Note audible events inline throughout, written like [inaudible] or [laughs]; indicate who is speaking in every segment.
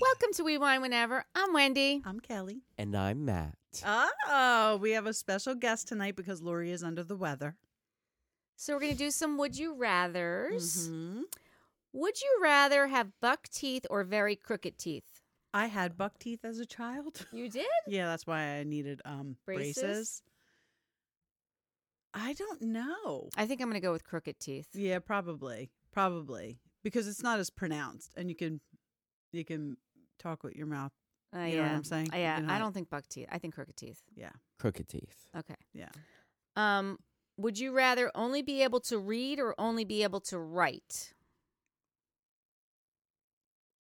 Speaker 1: Welcome to We Wine Whenever. I'm Wendy.
Speaker 2: I'm Kelly.
Speaker 3: And I'm Matt.
Speaker 2: Oh, we have a special guest tonight because Lori is under the weather.
Speaker 1: So we're going to do some Would You Rathers.
Speaker 2: Mhm.
Speaker 1: Would you rather have buck teeth or very crooked teeth?
Speaker 2: I had buck teeth as a child. [laughs]
Speaker 1: You did?
Speaker 2: yeah, that's why I needed um
Speaker 1: Braces?
Speaker 2: braces. I don't know.
Speaker 1: I think I'm going to go with crooked teeth.
Speaker 2: Yeah, probably. Probably. Because it's not as pronounced and you can you can talk with your mouth.
Speaker 1: Uh,
Speaker 2: You know
Speaker 1: yeah.
Speaker 2: what I'm saying? You
Speaker 1: yeah.
Speaker 2: can
Speaker 1: I
Speaker 2: hide.
Speaker 1: don't think buck teeth. I think crooked teeth.
Speaker 3: Crooked teeth.
Speaker 1: Okay.
Speaker 2: Yeah.
Speaker 1: Um, would you rather only be able to read or only be able to write?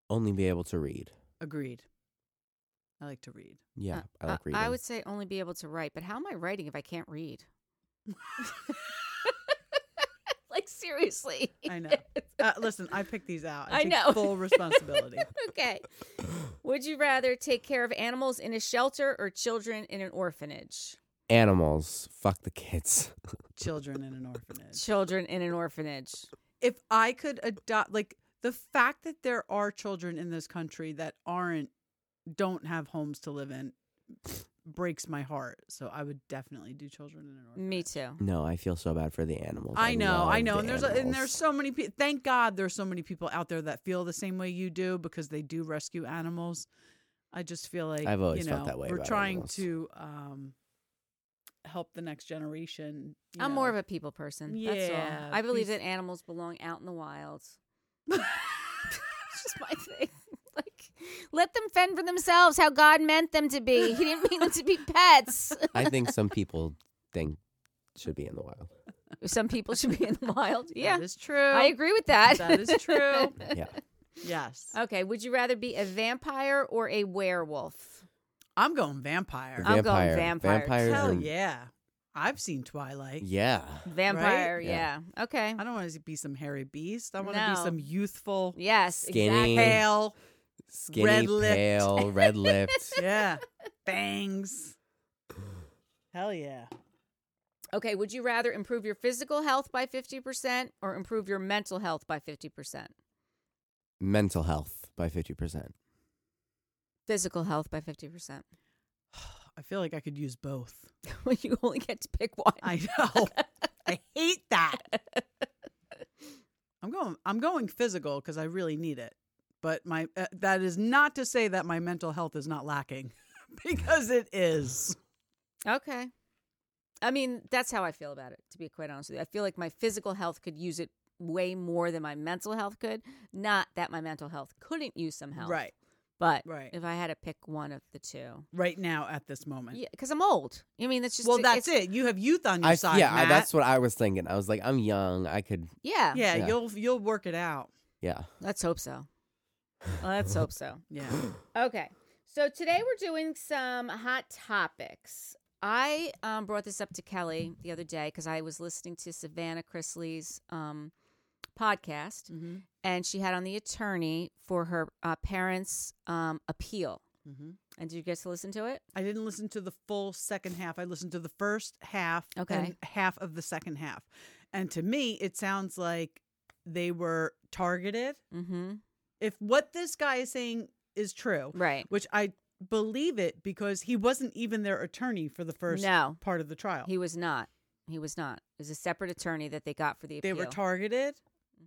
Speaker 3: Only be able to read.
Speaker 2: Agreed. I like to [laughs] read.
Speaker 3: Yeah,
Speaker 1: Uh,
Speaker 3: I like
Speaker 1: uh,
Speaker 3: reading.
Speaker 1: I would say only be able to write, but how am I writing if I can't read? [laughs] like seriously. [laughs]
Speaker 2: I know. Uh, listen, I picked these out.
Speaker 1: I
Speaker 2: take
Speaker 1: know.
Speaker 2: Full [laughs] responsibility.
Speaker 1: okay. Would you rather take care of animals in a shelter or children in an orphanage?
Speaker 3: [gasps] Animals. Fuck the kids. [laughs]
Speaker 2: Children in an orphanage.
Speaker 1: Children in an orphanage.
Speaker 2: if I could adopt, like the fact that there are children in this country that aren't, don't have homes to live in, breaks my heart. So I would definitely do children in an
Speaker 3: Mm.
Speaker 2: orphanage.
Speaker 1: Me too.
Speaker 3: no, I feel so bad for the animals.
Speaker 2: I know, I
Speaker 3: love
Speaker 2: know,
Speaker 3: the
Speaker 2: and there's a, and there's
Speaker 3: animals.
Speaker 2: so many people. Thank God there's so many people out there that feel the same way you do because they do rescue animals. I just feel like
Speaker 3: I've always
Speaker 2: you know,
Speaker 3: felt that way
Speaker 2: We're
Speaker 3: about
Speaker 2: trying
Speaker 3: animals.
Speaker 2: to um, help the next generation. you
Speaker 1: I'm
Speaker 2: know.
Speaker 1: more of a people person. That's
Speaker 2: Yeah,
Speaker 1: all. I believe
Speaker 2: peace-
Speaker 1: that animals belong out in the [laughs] wild. it's just my thing. [laughs] Like, let them fend for themselves how God meant them to be. He didn't mean them to be pets.
Speaker 2: [laughs]
Speaker 3: I think some people think should be in the wild.
Speaker 1: [laughs] Some people should be in the wild. Yeah,
Speaker 2: that is true.
Speaker 1: I agree with that.
Speaker 2: That is true.
Speaker 3: Yeah.
Speaker 2: yes,
Speaker 1: [laughs] okay, would you rather be a vampire or a werewolf?
Speaker 2: I'm going vampire.
Speaker 1: I'm going
Speaker 3: Vampire.
Speaker 1: vampire.
Speaker 3: Vampires
Speaker 2: Hell
Speaker 3: and-
Speaker 2: yeah. I've seen Twilight.
Speaker 3: Yeah.
Speaker 1: Vampire, yeah.
Speaker 3: Yeah.
Speaker 1: Okay.
Speaker 2: I don't want to be some hairy beast. I want to
Speaker 1: No.
Speaker 2: be some youthful,
Speaker 1: Yes,
Speaker 3: Skinny.
Speaker 1: exactly. [laughs]
Speaker 2: pale,
Speaker 3: Skinny,
Speaker 2: Red-lipped.
Speaker 3: pale,
Speaker 2: [laughs]
Speaker 3: red lipped.
Speaker 2: yeah, fangs. Hell yeah.
Speaker 1: Okay, would you rather improve your physical health by 50% or improve your mental health by 50%?
Speaker 3: Mental health by 50%.
Speaker 1: Physical health by [laughs] 50%.
Speaker 2: I feel like I could use both.
Speaker 1: Well, you only get to pick one.
Speaker 2: I
Speaker 1: [laughs]
Speaker 2: know. I hate that. I'm going I'm going physical cuz I really need it. But my uh, that is not to say that my mental health is not lacking [laughs] because it is.
Speaker 1: Okay. I mean, that's how I feel about it, to be quite honest with you. I feel like my physical health could use it way more than my mental health could. Not that my mental health couldn't use some help.
Speaker 2: Right.
Speaker 1: But
Speaker 2: Right.
Speaker 1: if I had to pick one of the two.
Speaker 2: Right now at this moment.
Speaker 1: Yeah, because I'm old. I mean, that's just
Speaker 2: well,
Speaker 1: it's-
Speaker 2: that's it. You have youth on your
Speaker 3: I,
Speaker 2: side.
Speaker 3: yeah, I,
Speaker 2: Matt.
Speaker 3: that's what I was thinking. I was like, I'm young. I could,
Speaker 1: Yeah.
Speaker 2: yeah,
Speaker 3: Yeah.
Speaker 2: You'll you'll work it out.
Speaker 3: yeah.
Speaker 1: Let's hope so. [laughs] Let's hope so.
Speaker 2: Yeah.
Speaker 1: Okay. So today we're doing some hot topics. I um, brought this up to Kelly the other day because I was listening to Savannah Chrisley's um, podcast,
Speaker 2: Mm-hmm.
Speaker 1: and she had on the attorney for her uh, parents' um, appeal.
Speaker 2: Mm-hmm.
Speaker 1: And did you get to listen to it?
Speaker 2: I didn't listen to the full second half. I listened to the first half
Speaker 1: Okay.
Speaker 2: and half of the second half. And to me, it sounds like they were targeted.
Speaker 1: Mm-hmm.
Speaker 2: If what this guy is saying is true,
Speaker 1: Right.
Speaker 2: which I believe it because he wasn't even their attorney for the first
Speaker 1: No.
Speaker 2: part of the trial.
Speaker 1: He was not. He was not. It was a separate attorney that they got for the
Speaker 2: they
Speaker 1: appeal.
Speaker 2: were targeted.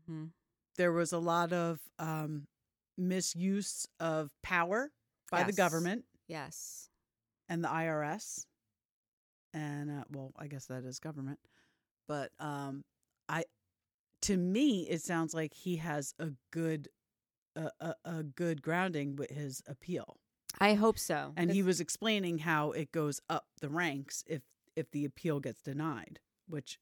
Speaker 1: hmm
Speaker 2: There was a lot of um, misuse of power by the
Speaker 1: Yes.
Speaker 2: government
Speaker 1: Yes.
Speaker 2: and the IRS. And uh, well, I guess that is government. But um I to me it sounds like he has a good a, a, a good grounding with his appeal.
Speaker 1: I hope so.
Speaker 2: And he was explaining how it goes up the ranks if if the appeal gets denied, which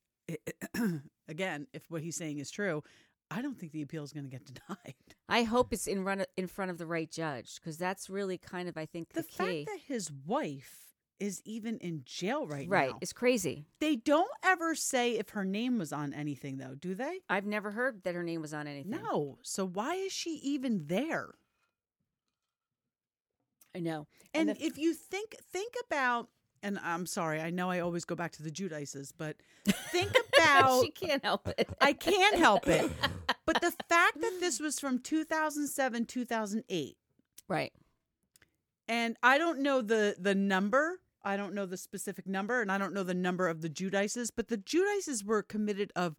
Speaker 2: [clears throat] again, if what he's saying is true, I don't think the appeal is going to get [laughs] denied.
Speaker 1: I hope it's in run in front of the right judge because that's really kind of I think the,
Speaker 2: The
Speaker 1: key.
Speaker 2: fact that his wife is even in jail right,
Speaker 1: right,
Speaker 2: now.
Speaker 1: it's crazy.
Speaker 2: They don't ever say if her name was on anything, though, do they?
Speaker 1: I've never heard that her name was on anything.
Speaker 2: No. So why is she even there?
Speaker 1: I know. [laughs]
Speaker 2: And,
Speaker 1: And the-
Speaker 2: if you think think about, and I'm sorry, I know I always go back to the Judices, but
Speaker 1: [laughs]
Speaker 2: think about.
Speaker 1: she can't help it.
Speaker 2: I can't help it, but the fact that this was from 2007, 2008,
Speaker 1: [laughs] right,
Speaker 2: And I don't know the the number. I don't know the specific number, and I don't know the number of the Judices, but the Judices were committed of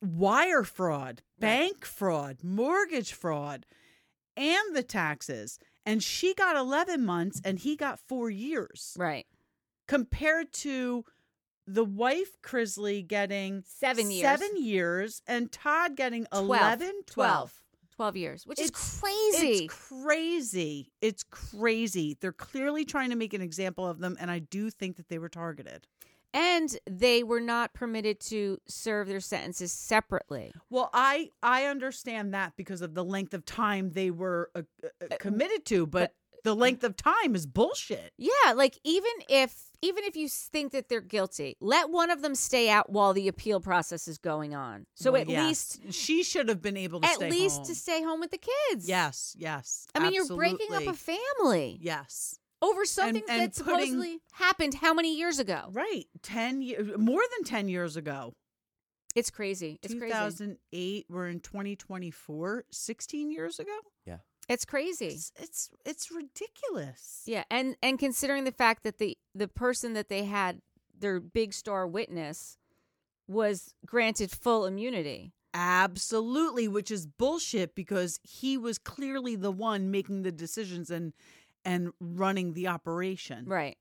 Speaker 2: wire fraud, bank fraud, mortgage fraud, and the taxes. And she got eleven months, and he got four years,
Speaker 1: Right.
Speaker 2: compared to the wife Crisley getting
Speaker 1: Seven years.
Speaker 2: seven years, and Todd getting
Speaker 1: Twelve.
Speaker 2: 11, 12.
Speaker 1: 12 years, which
Speaker 2: It's-
Speaker 1: is crazy.
Speaker 2: It's crazy. It's crazy. They're clearly trying to make an example of them, and I do think that they were targeted.
Speaker 1: and they were not permitted to serve their sentences separately.
Speaker 2: Well, I I understand that because of the length of time they were uh, uh, committed to, but the length of time is bullshit.
Speaker 1: Yeah, like even if even if you s- think that they're guilty, let one of them stay out while the appeal process is going on. So
Speaker 2: Well,
Speaker 1: at
Speaker 2: yes.
Speaker 1: least
Speaker 2: she should have been able to
Speaker 1: at
Speaker 2: stay
Speaker 1: least
Speaker 2: home.
Speaker 1: to stay home with the kids.
Speaker 2: yes, yes.
Speaker 1: I mean, you're breaking up a
Speaker 2: absolutely.
Speaker 1: family
Speaker 2: yes,
Speaker 1: over something
Speaker 2: and
Speaker 1: that
Speaker 2: putting-
Speaker 1: supposedly happened how many years ago?
Speaker 2: right. Ten years, more than ten years ago.
Speaker 1: It's crazy. It's crazy.
Speaker 2: 2008. We're in 2024. 16 years ago.
Speaker 1: It's crazy.
Speaker 2: It's it's, it's ridiculous.
Speaker 1: Yeah, and and considering the fact that the the person that they had their big star witness was granted full immunity.
Speaker 2: Absolutely, which is bullshit because he was clearly the one making the decisions and and running the operation.
Speaker 1: Right.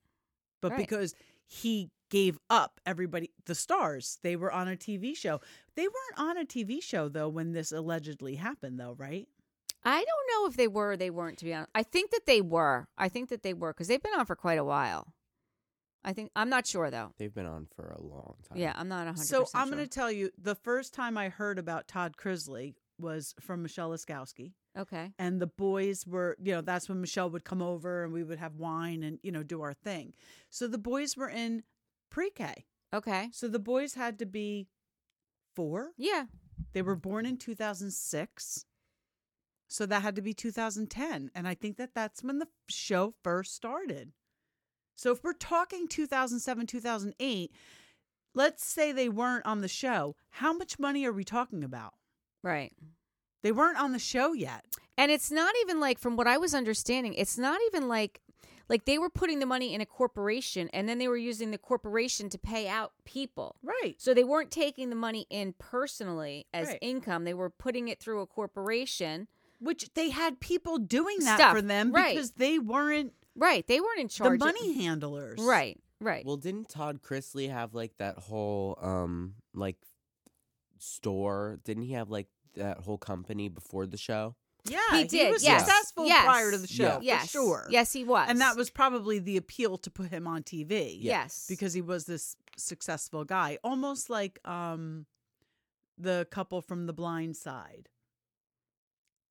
Speaker 2: But
Speaker 1: right.
Speaker 2: because he gave up everybody the stars, they were on a TV show. They weren't on a TV show though when this allegedly happened though, right?
Speaker 1: I don't know if they were or they weren't to be honest. I think that they were. I think that they were cuz they've been on for quite a while. I think I'm not sure though.
Speaker 3: They've been on for a long time.
Speaker 1: Yeah, I'm not 100%
Speaker 2: So I'm
Speaker 1: sure.
Speaker 2: going to tell you the first time I heard about Todd Crisley was from Michelle Laskowski.
Speaker 1: Okay.
Speaker 2: and the boys were you know that's when michelle would come over and we would have wine and you know do our thing so the boys were in pre-k
Speaker 1: Okay.
Speaker 2: so the boys had to be four
Speaker 1: Yeah.
Speaker 2: they were born in 2006 so that had to be 2010 and i think that that's when the show first started so if we're talking 2007 2008 let's say they weren't on the show how much money are we talking about
Speaker 1: Right.
Speaker 2: they weren't on the show yet
Speaker 1: And it's not even like from what I was understanding, it's not even like like they were putting the money in a corporation and then they were using the corporation to pay out people.
Speaker 2: right
Speaker 1: So they weren't taking the money in personally as
Speaker 2: Right.
Speaker 1: income. They were putting it through a corporation.
Speaker 2: Which they had people doing that
Speaker 1: Stuff,
Speaker 2: for them
Speaker 1: right.
Speaker 2: because they weren't
Speaker 1: Right. They weren't in charge. of-
Speaker 2: the money handlers.
Speaker 1: Right. Right.
Speaker 3: Well, didn't Todd Chrisley have like that whole um like store? Didn't he have like that whole company before the show?
Speaker 2: Yeah.
Speaker 1: he did.
Speaker 2: was
Speaker 1: yes.
Speaker 2: successful
Speaker 1: yes.
Speaker 2: prior to the show,
Speaker 3: Yeah.
Speaker 2: for
Speaker 1: Yes.
Speaker 2: sure.
Speaker 1: Yes, he was.
Speaker 2: And that was probably the appeal to put him on TV.
Speaker 1: Yes.
Speaker 2: Because he was this successful guy. Almost like um the couple from the blind side.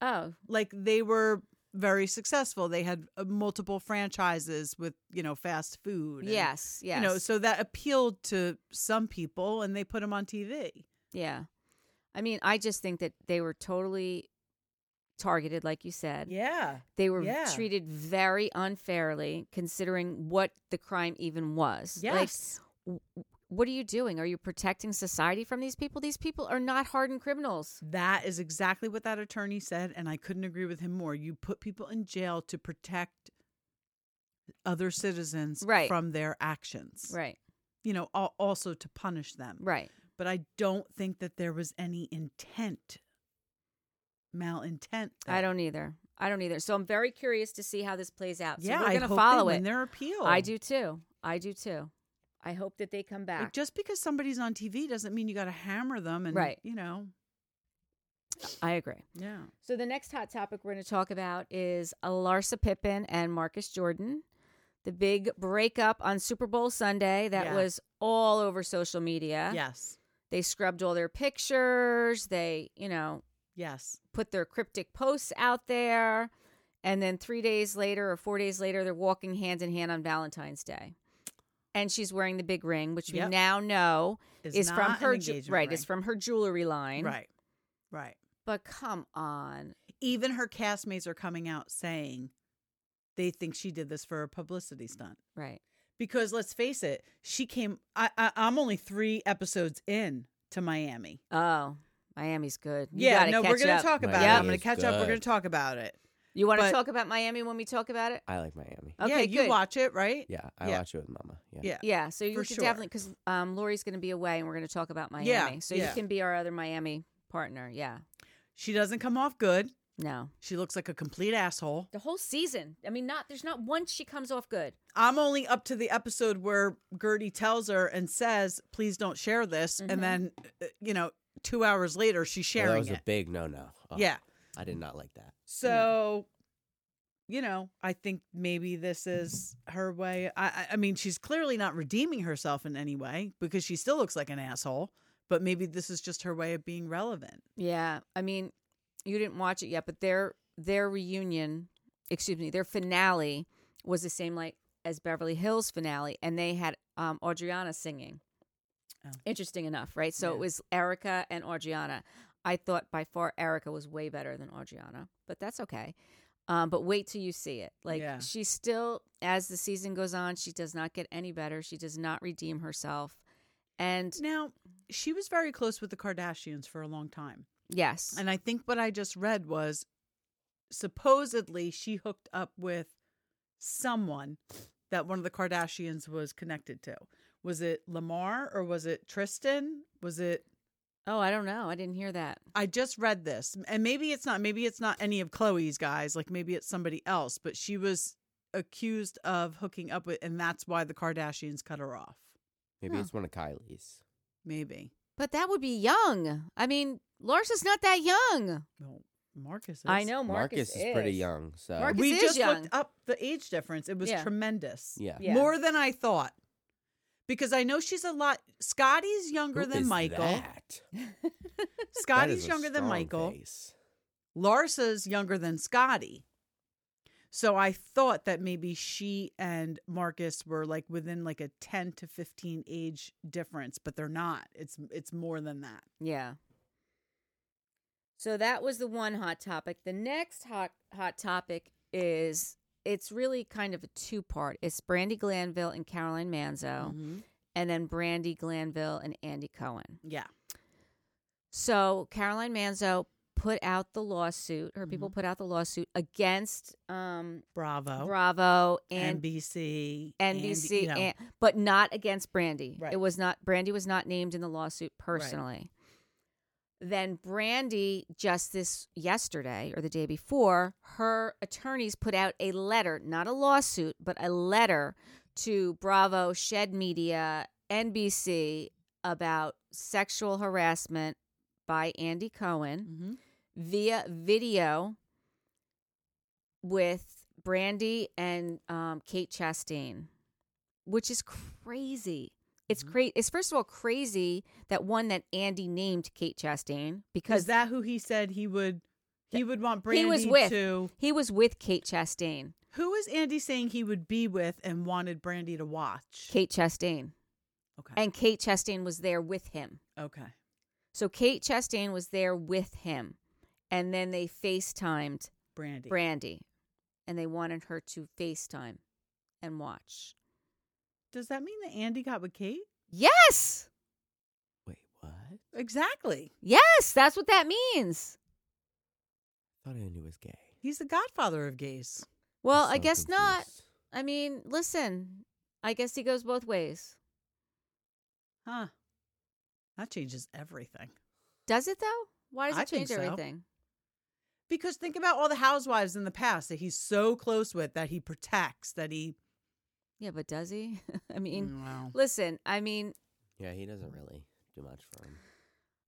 Speaker 1: Oh.
Speaker 2: Like they were very successful. They had uh, multiple franchises with, you know, fast food. and,
Speaker 1: Yes. Yes.
Speaker 2: You know, so that appealed to some people and they put him on TV.
Speaker 1: yeah. I mean, I just think that they were totally targeted, like you said.
Speaker 2: Yeah.
Speaker 1: They were
Speaker 2: Yeah.
Speaker 1: treated very unfairly considering what the crime even was. Like,
Speaker 2: Yes.
Speaker 1: what are you doing? Are you protecting society from these people? These people are not hardened criminals.
Speaker 2: that is exactly what that attorney said, and I couldn't agree with him more. You put people in jail to protect other citizens
Speaker 1: Right.
Speaker 2: from their actions.
Speaker 1: Right.
Speaker 2: You know, al- also to punish them.
Speaker 1: Right.
Speaker 2: But I don't think that there was any intent, malintent.
Speaker 1: I
Speaker 2: there.
Speaker 1: don't either. I don't either. So I'm very curious to see how this plays out. So
Speaker 2: yeah,
Speaker 1: we're
Speaker 2: I
Speaker 1: going to
Speaker 2: hope
Speaker 1: follow
Speaker 2: they
Speaker 1: it.
Speaker 2: win their appeal.
Speaker 1: I do too. I do too. I hope that they come
Speaker 2: Like,
Speaker 1: back.
Speaker 2: just because somebody's on TV doesn't mean you got to hammer them, and
Speaker 1: Right.
Speaker 2: you know,
Speaker 1: I agree.
Speaker 2: yeah.
Speaker 1: So the next hot topic we're going to talk about is uh, Larsa Pippen and Marcus Jordan. The big breakup on Super Bowl Sunday that
Speaker 2: Yeah.
Speaker 1: was all over social media.
Speaker 2: Yes,
Speaker 1: They scrubbed all their pictures. They, you know,
Speaker 2: yes.
Speaker 1: put their cryptic posts out there. And then three days later or four days later, they're walking hand in hand on Valentine's Day. And she's wearing the big ring, which we
Speaker 2: Yep.
Speaker 1: now know
Speaker 2: It's
Speaker 1: is from
Speaker 2: not an
Speaker 1: her ju-
Speaker 2: engagement
Speaker 1: right.
Speaker 2: ring.
Speaker 1: It's from her jewelry line,
Speaker 2: right, right.
Speaker 1: But come on,
Speaker 2: even her castmates are coming out saying they think she did this for a publicity stunt
Speaker 1: right?
Speaker 2: because let's face it she came I, I i'm only three episodes in to miami
Speaker 1: Oh, Miami's good. You
Speaker 2: yeah
Speaker 1: gotta
Speaker 2: no we're
Speaker 1: catch
Speaker 2: gonna
Speaker 1: up.
Speaker 2: talk about it
Speaker 3: Miami
Speaker 2: i'm gonna
Speaker 3: is
Speaker 2: catch up we're
Speaker 3: good.
Speaker 2: gonna talk about it
Speaker 1: You want to
Speaker 2: But-
Speaker 1: talk about Miami when we talk about it?
Speaker 3: I like Miami.
Speaker 1: Okay,
Speaker 2: yeah, you
Speaker 1: good.
Speaker 2: watch it, right?
Speaker 3: Yeah, I
Speaker 2: Yeah.
Speaker 3: watch it with Mama. Yeah.
Speaker 2: Yeah.
Speaker 1: Yeah, so you
Speaker 2: For
Speaker 1: should
Speaker 2: sure.
Speaker 1: definitely because um, Lori's going to be away, and we're going to talk about Miami.
Speaker 2: Yeah,
Speaker 1: so
Speaker 2: yeah.
Speaker 1: you can be our other Miami partner. Yeah,
Speaker 2: She doesn't come off good.
Speaker 1: no,
Speaker 2: She looks like a complete asshole.
Speaker 1: the whole season. I mean, not there's not once she comes off good.
Speaker 2: I'm only up to the episode where Gertie tells her and says, "Please don't share this,"
Speaker 1: Mhm.
Speaker 2: and then uh, you know, two hours later, she's
Speaker 3: Oh, Mm-hmm. that
Speaker 2: sharing
Speaker 3: was
Speaker 2: it.
Speaker 3: a big no no. Oh,
Speaker 2: yeah.
Speaker 3: I did not like that.
Speaker 2: So, you know, I think maybe this is her way. I, I, I mean, she's clearly not redeeming herself in any way because she still looks like an asshole. But maybe this is just her way of being relevant.
Speaker 1: Yeah, I mean, you didn't watch it yet, but their their reunion, excuse me, their finale was the same like as Beverly Hills finale, and they had um, Audriana singing.
Speaker 2: Oh.
Speaker 1: Interesting enough, right? So
Speaker 2: Yeah.
Speaker 1: it was Erica and Audriana. I thought by far Erica was way better than Audriana, but that's okay. Um, but wait till you see it. Like
Speaker 2: Yeah.
Speaker 1: she still, as the season goes on, she does not get any better. She does not redeem herself, and
Speaker 2: Now, she was very close with the Kardashians for a long time.
Speaker 1: yes,
Speaker 2: And I think what I just read was supposedly she hooked up with someone that one of the Kardashians was connected to. Was it Lamar or was it Tristan? Was it
Speaker 1: oh, I don't know, I didn't hear that.
Speaker 2: I just read this, and maybe it's not. Maybe it's not any of Chloe's guys. Like maybe it's somebody else. But she was accused of hooking up with, and that's why the Kardashians cut her off.
Speaker 3: Maybe
Speaker 1: Huh.
Speaker 3: it's one of Kylie's.
Speaker 2: Maybe.
Speaker 1: But that would be young. I mean, Larsa's not that young.
Speaker 2: Well, Marcus. Is.
Speaker 1: I know Marcus,
Speaker 3: Marcus, is, pretty young, so
Speaker 1: Marcus-
Speaker 2: we
Speaker 1: is
Speaker 2: just
Speaker 1: young.
Speaker 2: looked up the age difference. It was
Speaker 1: Yeah.
Speaker 2: tremendous.
Speaker 3: yeah.
Speaker 1: Yeah.
Speaker 2: More than I thought. Because I know she's a lot. Scotty's younger
Speaker 3: Who
Speaker 2: than
Speaker 3: is
Speaker 2: Michael.
Speaker 3: That? That is
Speaker 2: Scotty's
Speaker 3: a
Speaker 2: younger than
Speaker 3: strong
Speaker 2: Michael.
Speaker 3: face.
Speaker 2: Larsa's younger than Scotty. So I thought that maybe she and Marcus were like within like a 10 to 15 age difference, but they're not. It's it's more than that.
Speaker 1: Yeah. So that was the one hot topic. The next hot hot topic is it's really kind of a two part. It's Brandy Glanville and Caroline
Speaker 3: Mm-hmm.
Speaker 1: Manzo,
Speaker 2: Mm-hmm.
Speaker 1: and then Brandy Glanville and Andy Cohen.
Speaker 2: Yeah.
Speaker 1: So Caroline Manzo put out the lawsuit. Her
Speaker 3: Mm-hmm.
Speaker 1: people put out the lawsuit against um,
Speaker 3: Oh.
Speaker 2: Bravo.
Speaker 1: Bravo and
Speaker 2: NBC. and,
Speaker 1: NBC,
Speaker 2: you know,
Speaker 1: and- but not against Brandy.
Speaker 2: Right.
Speaker 1: It was not Brandy was not named in the lawsuit personally. Then Brandy just this yesterday or the day before, her attorneys put out a letter, not a lawsuit, but a letter to Bravo, Shed Media, NBC about sexual harassment by Andy Cohen
Speaker 2: Mhm.
Speaker 1: via video with Brandy and um, Kate Chastain, which is crazy. It's
Speaker 2: Mm-hmm.
Speaker 1: crazy. It's first of all crazy that one that Andy named Kate Chastain
Speaker 2: Is
Speaker 1: because
Speaker 2: that who he said he would he would want Brandy
Speaker 1: he was with
Speaker 2: to
Speaker 1: he was with Kate Chastain.
Speaker 2: Who is Andy saying he would be with and wanted Brandy to watch?
Speaker 1: Kate Chastain
Speaker 2: Okay.
Speaker 1: and Kate Chastain was there with him.
Speaker 2: okay.
Speaker 1: So Kate Chastain was there with him, and then they FaceTimed
Speaker 2: Brandy.
Speaker 1: Brandy, and they wanted her to FaceTime and watch.
Speaker 2: Does that mean that Andy got with Kate?
Speaker 1: Yes.
Speaker 3: Wait, what? I
Speaker 2: Exactly.
Speaker 1: Yes, that's what that means.
Speaker 3: thought I knew was gay.
Speaker 2: He's the godfather of gays.
Speaker 1: Well,
Speaker 3: I'm
Speaker 1: I
Speaker 3: so
Speaker 1: guess not.
Speaker 3: confused.
Speaker 1: I mean, listen, I guess he goes both ways.
Speaker 2: Huh. That changes everything.
Speaker 1: Does it though? Why does it
Speaker 2: I think
Speaker 1: change
Speaker 2: so.
Speaker 1: everything?
Speaker 2: Because think about all the housewives in the past that he's so close with that he protects, that he.
Speaker 1: Yeah, but does he? [laughs] I mean,
Speaker 2: Wow.
Speaker 1: listen, I mean,
Speaker 3: Yeah, he doesn't really do much for him.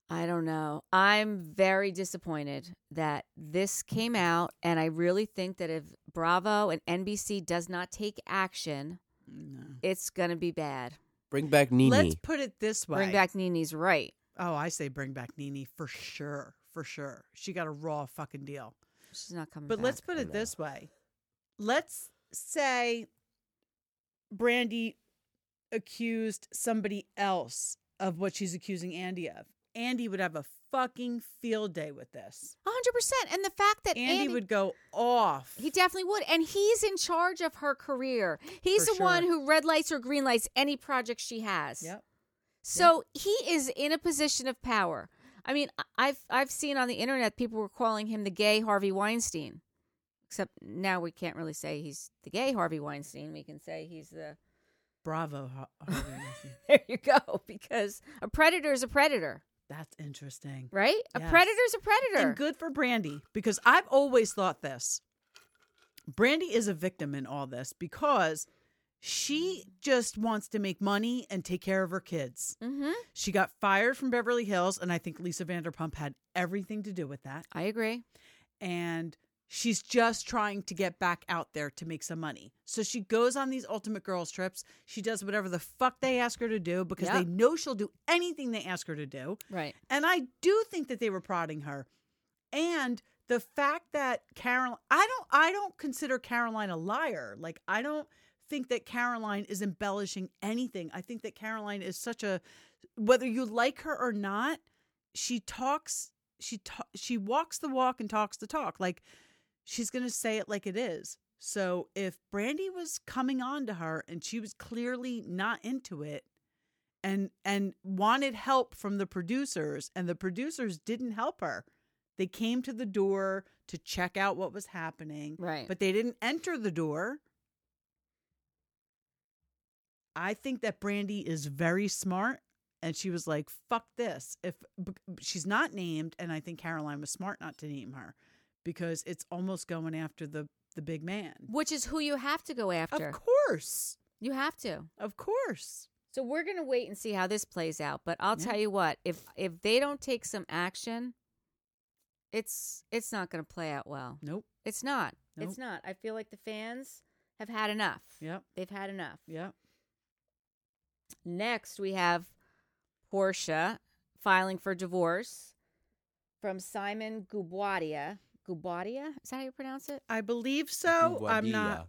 Speaker 1: I don't know. I'm very disappointed that this came out, and I really think that if Bravo and NBC does not take action,
Speaker 2: No.
Speaker 1: it's gonna be bad.
Speaker 3: Bring back Nene.
Speaker 2: Let's put it this way.
Speaker 1: Bring back Nini's right.
Speaker 2: Oh, I say bring back Nene for sure. For sure. She got a raw fucking deal.
Speaker 1: She's not coming.
Speaker 2: But let's
Speaker 1: back.
Speaker 2: put it
Speaker 3: No.
Speaker 2: this way. Let's say Brandy accused somebody else of what she's accusing Andy of. Andy would have a fucking field day with this.
Speaker 1: 100%. And the fact that
Speaker 2: Andy,
Speaker 1: Andy
Speaker 2: would go off.
Speaker 1: He definitely would. And he's in charge of her career. He's
Speaker 2: For
Speaker 1: the one
Speaker 2: sure.
Speaker 1: who red lights or green lights any project she has.
Speaker 2: Yep.
Speaker 1: So he is in a position of power. I mean, I- I've I've seen on the internet people were calling him the gay Harvey Weinstein. Except now we can't really say he's the gay Harvey Weinstein. We can say he's the [laughs]
Speaker 2: Bravo, Har- Harvey. Weinstein.
Speaker 1: there you go because a predator is a predator,
Speaker 2: That's interesting.
Speaker 1: right? A
Speaker 2: Yes.
Speaker 1: predator's a predator.
Speaker 2: And good for Brandy because I've always thought this. Brandy is a victim in all this because she just wants to make money and take care of her kids.
Speaker 1: mm-hmm.
Speaker 2: She got fired from Beverly Hills, and I think Lisa Vanderpump had everything to do with that.
Speaker 1: I agree.
Speaker 2: And she's just trying to get back out there to make some money. So she goes on these Ultimate Girls trips. She does whatever the fuck they ask her to do because
Speaker 1: Yep.
Speaker 2: they know she'll do anything they ask her to do.
Speaker 1: Right.
Speaker 2: And I do think that they were prodding her. And the fact that Caroline I don't I don't consider Caroline a liar. Like I don't think that Caroline is embellishing anything. I think that Caroline is such a whether you like her or not, she talks she ta- she walks the walk and talks the talk. Like she's going to say it like it is. So if Brandy was coming on to her and she was clearly not into it, and and wanted help from the producers and the producers didn't help her they came to the door to check out what was happening
Speaker 1: Right.
Speaker 2: but they didn't enter the door i think that brandy is very smart and she was like fuck this if b- she's not named and i think caroline was smart not to name her because it's almost going after the the big man
Speaker 1: Which is who you have to go after.
Speaker 2: of course
Speaker 1: You have to.
Speaker 2: of course
Speaker 1: So we're gonna wait and see how this plays out. But I'll
Speaker 2: Yeah.
Speaker 1: tell you what, if if they don't take some action, it's it's not gonna play out well.
Speaker 2: nope
Speaker 1: It's not. It's not.
Speaker 2: Nope.
Speaker 1: I feel like the fans have had enough.
Speaker 2: yep
Speaker 1: They've had enough.
Speaker 2: yep
Speaker 1: Next we have Portia filing for divorce from Simon Gubadia. Gubadia? Is that how you pronounce it?
Speaker 2: i believe so i'm not
Speaker 3: Guadilla.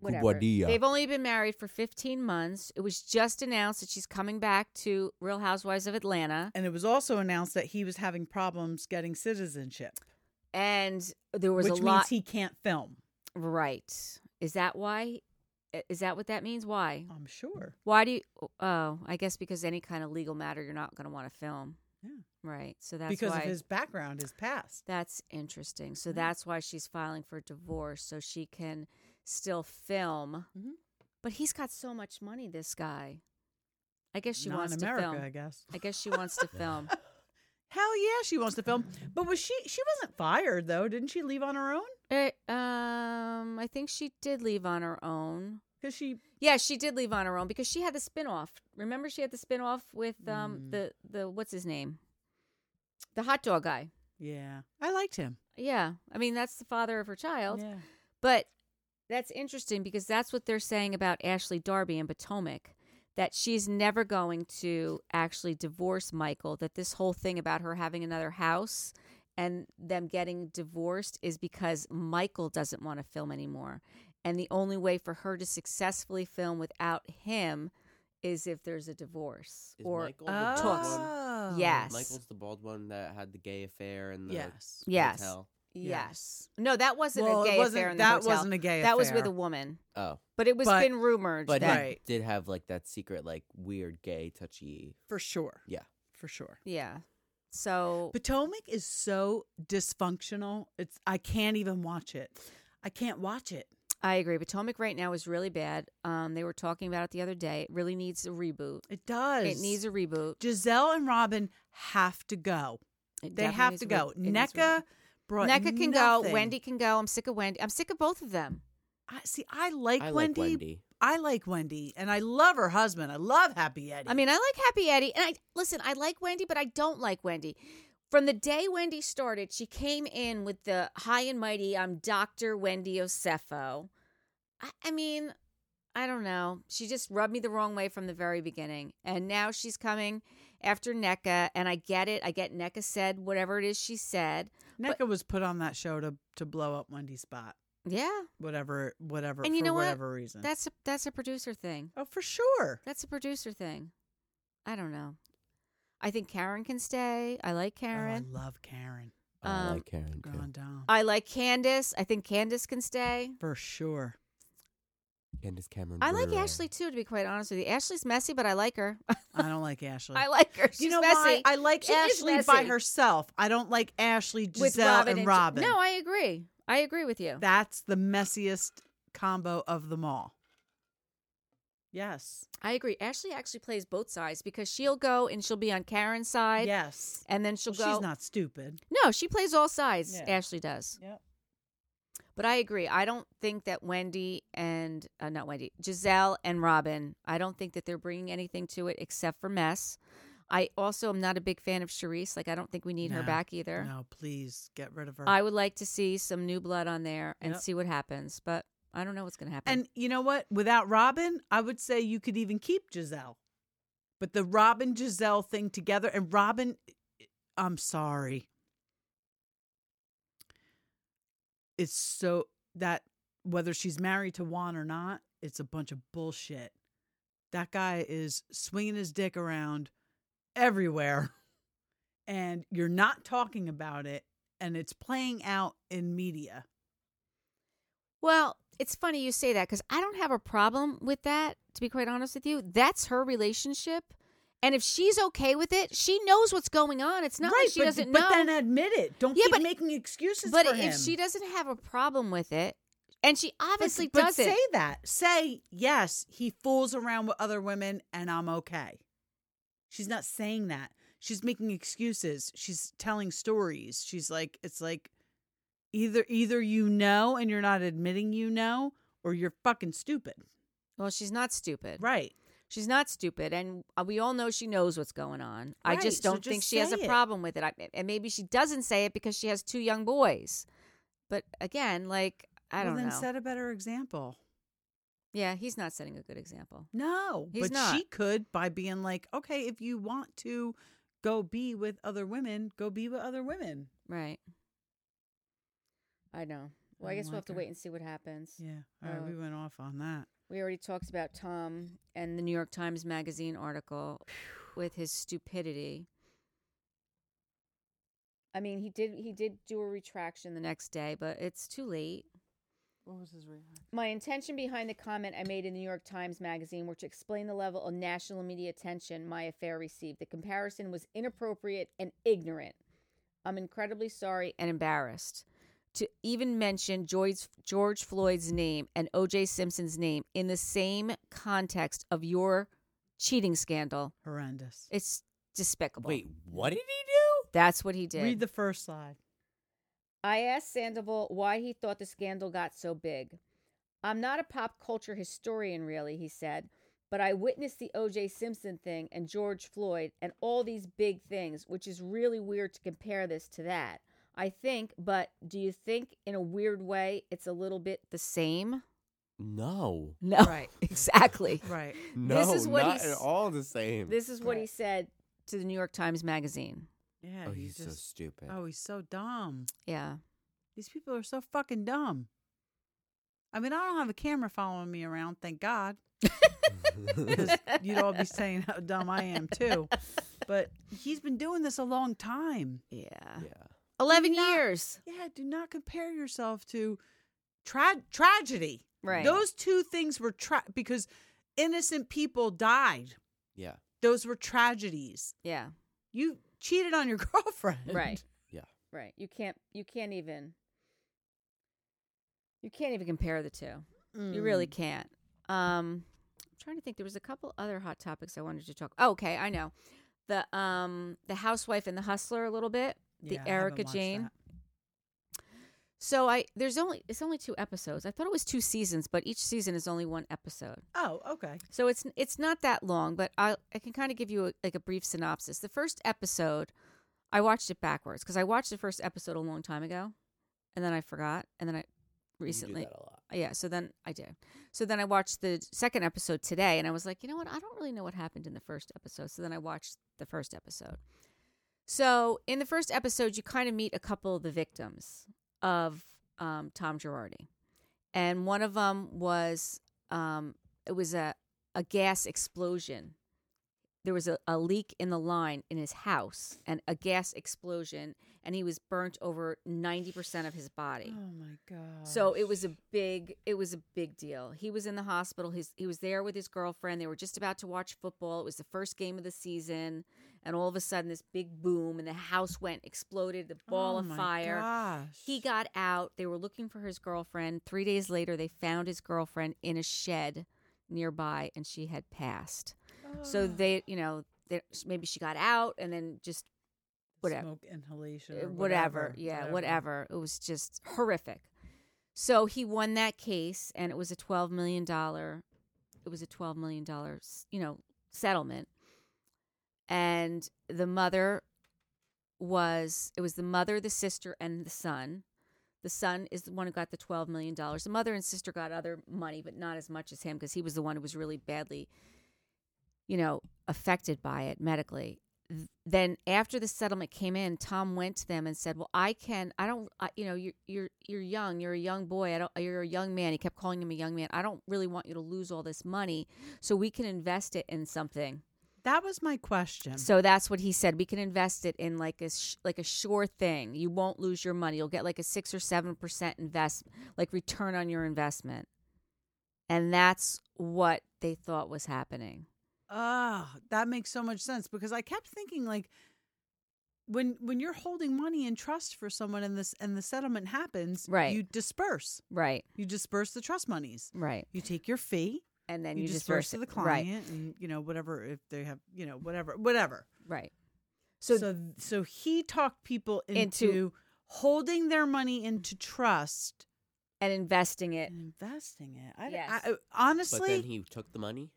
Speaker 1: whatever.
Speaker 3: Guadilla.
Speaker 1: They've only been married for 15 months. It was just announced that she's coming back to Real Housewives of Atlanta,
Speaker 2: and it was also announced that he was having problems getting citizenship,
Speaker 1: and there was
Speaker 2: which
Speaker 1: a
Speaker 2: means
Speaker 1: lot.
Speaker 2: he can't film.
Speaker 1: right? Is that why? Is that what that means? Why?
Speaker 2: I'm sure.
Speaker 1: Why do you? Oh, I guess because any kind of legal matter, you're not going to want to film.
Speaker 2: Yeah.
Speaker 1: Right. So that's
Speaker 2: because
Speaker 1: why.
Speaker 2: of his background, his past.
Speaker 1: that's interesting. So
Speaker 2: Yeah.
Speaker 1: that's why she's filing for divorce, so she can still film.
Speaker 2: Mhm.
Speaker 1: But he's got so much money. This guy. I guess she
Speaker 2: Not
Speaker 1: wants
Speaker 2: in
Speaker 1: to
Speaker 2: America,
Speaker 1: film.
Speaker 2: I guess.
Speaker 1: I guess she wants to
Speaker 2: [laughs]
Speaker 1: film.
Speaker 2: Hell yeah, she wants to film. But was she she wasn't fired though, didn't she leave on her own?
Speaker 1: Eh, um, I think she did leave on her own.
Speaker 2: Because she
Speaker 1: Yeah, she did leave on her own because she had the spinoff. Remember, she had the spinoff with um
Speaker 2: Mm.
Speaker 1: the the what's his name, the hot dog guy.
Speaker 2: Yeah. I liked him.
Speaker 1: Yeah, I mean that's the father of her child.
Speaker 2: Yeah.
Speaker 1: But that's interesting because that's what they're saying about Ashley Darby and Potomac that she's never going to actually divorce Michael, that this whole thing about her having another house and them getting divorced is because Michael doesn't want to film anymore. And the only way for her to successfully film without him is if there's a divorce
Speaker 3: Is
Speaker 1: or
Speaker 3: Michael the bald
Speaker 1: talks.
Speaker 3: one?
Speaker 1: Yes.
Speaker 3: Michael's the bald one that had the gay affair and the
Speaker 2: Yes.
Speaker 1: Yes.
Speaker 3: hotel.
Speaker 1: yes. No, that wasn't
Speaker 2: Well,
Speaker 1: a
Speaker 2: it
Speaker 1: gay
Speaker 2: wasn't-
Speaker 1: affair in the
Speaker 2: that
Speaker 1: hotel.
Speaker 2: wasn't a gay
Speaker 1: That was with
Speaker 2: affair.
Speaker 1: a woman.
Speaker 3: Oh,
Speaker 1: But it was
Speaker 2: But-
Speaker 1: been rumored
Speaker 3: but
Speaker 1: that
Speaker 2: Right.
Speaker 3: he did have like that secret, like weird gay touchy.
Speaker 2: For sure.
Speaker 3: Yeah.
Speaker 2: For sure.
Speaker 1: Yeah. So
Speaker 2: Potomac is so dysfunctional. It's I can't even watch it. I can't watch it.
Speaker 1: I agree. Potomac right now is really bad. Um, they were talking about it the other day. It really needs a reboot.
Speaker 2: It does.
Speaker 1: It needs a reboot.
Speaker 2: Giselle and Robin have to go.
Speaker 1: It
Speaker 2: They
Speaker 1: definitely
Speaker 2: have
Speaker 1: needs
Speaker 2: to
Speaker 1: a
Speaker 2: go.
Speaker 1: reboot. It needs a
Speaker 2: NECA
Speaker 1: reboot.
Speaker 2: brought
Speaker 1: NECA can go.
Speaker 2: nothing.
Speaker 1: Wendy can go. I'm sick of Wendy. I'm sick of both of them.
Speaker 2: I, see, I like
Speaker 3: I
Speaker 2: Wendy.
Speaker 3: like Wendy.
Speaker 2: I like Wendy, and I love her husband. I love Happy Eddie.
Speaker 1: I mean, I like Happy Eddie, and I listen. I like Wendy, but I don't like Wendy. From the day Wendy started, she came in with the high and mighty. I'm Doctor Wendy Osefo. I, I mean, I don't know. She just rubbed me the wrong way from the very beginning, and now she's coming after NECA, and I get it. I get NECA said whatever it is she said.
Speaker 2: NECA was put on that show to to blow up Wendy's spot,
Speaker 1: Yeah,
Speaker 2: whatever, whatever,
Speaker 1: And you
Speaker 2: for
Speaker 1: know what?
Speaker 2: whatever reason.
Speaker 1: that's a that's a producer thing.
Speaker 2: oh, for sure.
Speaker 1: That's a producer thing. I don't know. I think Karen can stay. I like
Speaker 2: Oh,
Speaker 1: Karen. Uh,
Speaker 2: I love Karen
Speaker 3: I
Speaker 1: Um,
Speaker 3: like Karen too.
Speaker 2: Grand Dame.
Speaker 1: I like Candace. I think Candace can stay. [laughs]
Speaker 2: for sure.
Speaker 3: Candace Cameron.
Speaker 1: I like
Speaker 3: Bure.
Speaker 1: Ashley too, to be quite honest with you. Ashley's messy, but I like her. [laughs]
Speaker 2: I don't like Ashley.
Speaker 1: I like her. She's
Speaker 2: you know
Speaker 1: messy.
Speaker 2: why? I like
Speaker 1: She is
Speaker 2: Ashley by
Speaker 1: messy.
Speaker 2: herself. I don't like Ashley, Giselle,
Speaker 1: with Robin
Speaker 2: and Robin.
Speaker 1: No, I agree. I agree with you.
Speaker 2: That's the messiest combo of them all. Yes.
Speaker 1: I agree. Ashley actually plays both sides because she'll go and she'll be on Karen's side,
Speaker 2: yes.
Speaker 1: and then she'll
Speaker 2: Well,
Speaker 1: go.
Speaker 2: she's not stupid.
Speaker 1: No, she plays all sides.
Speaker 2: Yeah.
Speaker 1: Ashley does.
Speaker 2: Yep.
Speaker 1: But I agree. I don't think that Wendy and uh, not Wendy, Giselle and Robin. I don't think that they're bringing anything to it except for mess. I also am not a big fan of Charisse. Like I don't think we need her
Speaker 2: No,
Speaker 1: back either.
Speaker 2: No, please get rid of her.
Speaker 1: I would like to see some new blood on there and
Speaker 2: Yep.
Speaker 1: see what happens. But I don't know what's going to happen.
Speaker 2: and you know what? Without Robin, I would say you could even keep Giselle. But the Robin Giselle thing together and Robin eh, I'm sorry. It's so that whether she's married to Juan or not, it's a bunch of bullshit. That guy is swinging his dick around everywhere, [laughs] and you're not talking about it, and it's playing out in media.
Speaker 1: Well, it's funny you say that because I don't have a problem with that, to be quite honest with you. That's her relationship. And if she's okay with it, she knows what's going on. It's not like she
Speaker 2: but,
Speaker 1: doesn't
Speaker 2: but
Speaker 1: know.
Speaker 2: then admit it. Don't
Speaker 1: Yeah,
Speaker 2: keep
Speaker 1: but-
Speaker 2: making excuses
Speaker 1: but
Speaker 2: for
Speaker 1: if
Speaker 2: him.
Speaker 1: she doesn't have a problem with it, and she obviously
Speaker 2: but,
Speaker 1: does
Speaker 2: but
Speaker 1: it.
Speaker 2: say that. Say yes, he fools around with other women, and I'm okay. She's not saying that. She's making excuses. She's telling stories. She's like, it's like, either either you know and you're not admitting you know, or you're fucking stupid.
Speaker 1: Well, she's not stupid.
Speaker 2: Right.
Speaker 1: She's not stupid, and uh, we all know she knows what's going on. I
Speaker 2: Right,
Speaker 1: just
Speaker 2: so
Speaker 1: don't
Speaker 2: just
Speaker 1: think she has a
Speaker 2: say it.
Speaker 1: problem with it. I, and maybe she doesn't say it because she has two young boys. But again, like I
Speaker 2: well,
Speaker 1: don't
Speaker 2: then
Speaker 1: know.
Speaker 2: set a better example.
Speaker 1: yeah, he's not setting a good example.
Speaker 2: No,
Speaker 1: He's
Speaker 2: but
Speaker 1: not.
Speaker 2: she could by being like, okay, if you want to go be with other women, go be with other women.
Speaker 1: Right. I know. Well, I,
Speaker 2: I
Speaker 1: guess
Speaker 2: don't
Speaker 1: we'll
Speaker 2: like
Speaker 1: have to
Speaker 2: her.
Speaker 1: wait and see what happens.
Speaker 2: Yeah. All right,
Speaker 1: Oh.
Speaker 2: we went off on that.
Speaker 1: We already talked about Tom and the New York Times Magazine article with his stupidity. I mean, he did he did do a retraction the next day, but it's too late.
Speaker 2: What was his reaction?
Speaker 1: My intention behind the comment I made in the New York Times Magazine were to explain the level of national media attention my affair received. The comparison was inappropriate and ignorant. I'm incredibly sorry and embarrassed to even mention George, George Floyd's name and O.J. Simpson's name in the same context of your cheating scandal.
Speaker 2: Horrendous.
Speaker 1: It's despicable.
Speaker 3: Wait, what did he do?
Speaker 1: That's what he did.
Speaker 2: Read the first slide.
Speaker 1: I asked Sandoval why he thought the scandal got so big. I'm not a pop culture historian, really, he said, but I witnessed the O.J. Simpson thing and George Floyd and all these big things, which is really weird to compare this to that. I think, but do you think in a weird way it's a little bit the same? [laughs]
Speaker 3: No.
Speaker 1: No. Right. exactly.
Speaker 2: Right.
Speaker 1: [laughs]
Speaker 3: No,
Speaker 1: This is what
Speaker 3: not
Speaker 1: he's-
Speaker 3: at all the same.
Speaker 1: This is what he
Speaker 2: Right.
Speaker 1: said to the New York Times Magazine.
Speaker 2: [laughs] Yeah.
Speaker 3: oh,
Speaker 2: he
Speaker 3: he's so
Speaker 2: just-
Speaker 3: stupid. [laughs]
Speaker 2: Oh, he's so dumb.
Speaker 1: Yeah.
Speaker 2: These people are so fucking dumb. I mean, I don't have a camera following me around, thank God. Because you'd all be saying how dumb I am [laughs] too. But he's been doing this a long time.
Speaker 1: Yeah.
Speaker 3: yeah.
Speaker 1: 11 years.
Speaker 2: Yeah, do not compare yourself to tra- tragedy.
Speaker 1: Right.
Speaker 2: Those two things were tra- because innocent people died.
Speaker 3: Yeah.
Speaker 2: Those were tragedies.
Speaker 1: Yeah.
Speaker 2: You cheated on your [laughs] girlfriend.
Speaker 1: Right.
Speaker 2: [laughs]
Speaker 3: Yeah.
Speaker 1: Right. You can't you can't even you can't even compare the two.
Speaker 2: Mm,
Speaker 1: You really can't. Um I'm trying to think there was a couple other hot topics I wanted to talk. Oh, okay, I know. The um the housewife and the hustler a little bit. The
Speaker 2: Yeah, I haven't
Speaker 1: Erica
Speaker 2: watched
Speaker 1: Jane.
Speaker 2: that.
Speaker 1: So I there's only it's only two episodes. I thought it was two seasons, but each season is only one episode.
Speaker 2: Oh, okay.
Speaker 1: So it's it's not that long, but I I can kind of give you a, like a brief synopsis. The first episode, I watched it backwards because I watched the first episode a long time ago, and then I forgot, and then I recently
Speaker 3: You do that a lot.
Speaker 1: yeah. So then I did. So then I watched the second episode today, and I was like, you know what? I don't really know what happened in the first episode. So then I watched the first episode. So in the first episode, you kind of meet a couple of the victims of um, Tom Girardi, and one of them was um, it was a a gas explosion there was a, a leak in the line in his house and a gas explosion, and he was burnt over ninety percent of his body.
Speaker 2: Oh my god.
Speaker 1: So it was a big it was a big deal. He was in the hospital. His he was there with his girlfriend. They were just about to watch football. It was the first game of the season, and all of a sudden this big boom and the house went exploded, the ball
Speaker 2: oh
Speaker 1: of
Speaker 2: my
Speaker 1: fire.
Speaker 2: Gosh.
Speaker 1: He got out. They were looking for his girlfriend. 3 days later they found his girlfriend in a shed nearby and she had passed. So
Speaker 2: Ugh.
Speaker 1: they, you know, they, maybe she got out and then just whatever.
Speaker 2: Smoke inhalation.
Speaker 1: Uh,
Speaker 2: Or
Speaker 1: whatever.
Speaker 2: whatever.
Speaker 1: Yeah, whatever. It was just horrific. So he won that case, and it was a twelve million dollar. It was a twelve million dollars, you know, settlement. And the mother was. It was the mother, the sister, and the son. The son is the one who got the twelve million dollars. The mother and sister got other money, but not as much as him because he was the one who was really badly, you know, affected by it medically th- then after the settlement came in, Tom went to them and said, "Well, I can. I don't. I, you know, you're you're you're young. You're a young boy. I don't. You're a young man." He kept calling him a young man. I don't really want you to lose all this money, so we can invest it in something.
Speaker 2: That was my question.
Speaker 1: So that's what he said. We can invest it in like a sh- like a sure thing. You won't lose your money. You'll get like a six or seven percent invest like return on your investment, and that's what they thought was happening.
Speaker 2: Ah, that makes so much sense because I kept thinking like when when you're holding money in trust for someone and this and the settlement happens,
Speaker 1: Right.
Speaker 2: you disperse.
Speaker 1: Right.
Speaker 2: You disperse the trust monies.
Speaker 1: Right.
Speaker 2: You take your fee
Speaker 1: And then
Speaker 2: you,
Speaker 1: you,
Speaker 2: disperse to the
Speaker 1: it.
Speaker 2: client
Speaker 1: Right.
Speaker 2: and you know whatever if they have, you know, whatever, whatever.
Speaker 1: Right.
Speaker 2: So so, he talked people into,
Speaker 1: Into-
Speaker 2: holding their money into trust
Speaker 1: and investing it.
Speaker 2: and investing it. I,
Speaker 1: Eh Yes.
Speaker 2: I-
Speaker 3: But then
Speaker 2: honestly
Speaker 3: he took the money.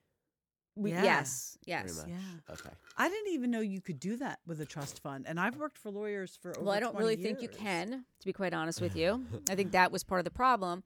Speaker 1: We,
Speaker 2: Yeah.
Speaker 1: Yes,
Speaker 3: Pretty
Speaker 1: yes.
Speaker 3: much.
Speaker 2: Yeah.
Speaker 3: Okay.
Speaker 2: I didn't even know you could do that with a trust fund. And I've worked for lawyers for over
Speaker 1: Well, I don't
Speaker 2: 20
Speaker 1: really think you
Speaker 2: years.
Speaker 1: can, to be quite honest with you. I think that was part of the problem.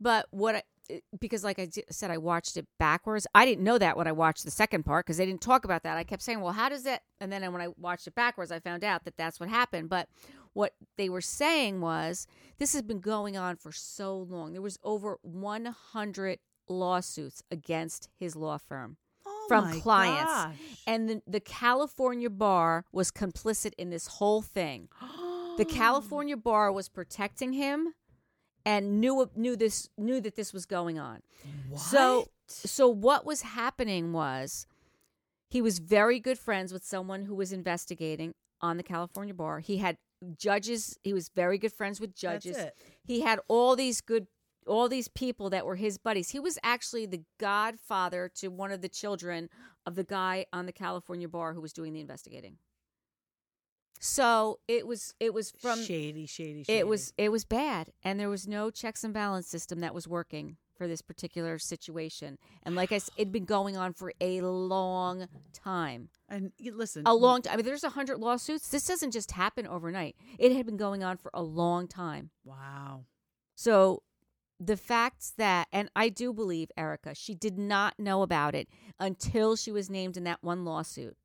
Speaker 1: But what I, it- because like I di- said, I watched it backwards. I didn't know that when I watched the second part because they didn't talk about that. I kept saying, well, how does that? And then when I watched it backwards, I found out that that's what happened. But what they were saying was this has been going on for so long. There was over 100 lawsuits against his law firm.
Speaker 2: Oh
Speaker 1: from
Speaker 2: my
Speaker 1: clients.
Speaker 2: gosh.
Speaker 1: And the, the California bar was complicit in this whole thing.
Speaker 2: [gasps]
Speaker 1: The California bar was protecting him and knew knew this knew that this was going on. So so what was happening was he was very good friends with someone who was investigating on the California bar. He had judges, he was very good friends with judges.
Speaker 2: That's it.
Speaker 1: He had all these good all these people that were his buddies. He was actually the godfather to one of the children of the guy on the California bar who was doing the investigating. So it was it was from
Speaker 2: shady, shady, shady.
Speaker 1: it was it was bad and there was no checks and balance system that was working for this particular situation. And like I said, it'd been going on for a long time.
Speaker 2: and y- listen,
Speaker 1: A long time. I mean, there's a hundred lawsuits. This doesn't just happen overnight. It had been going on for a long time.
Speaker 2: Wow.
Speaker 1: So the fact that, and I do believe Erica, she did not know about it until she was named in that one lawsuit.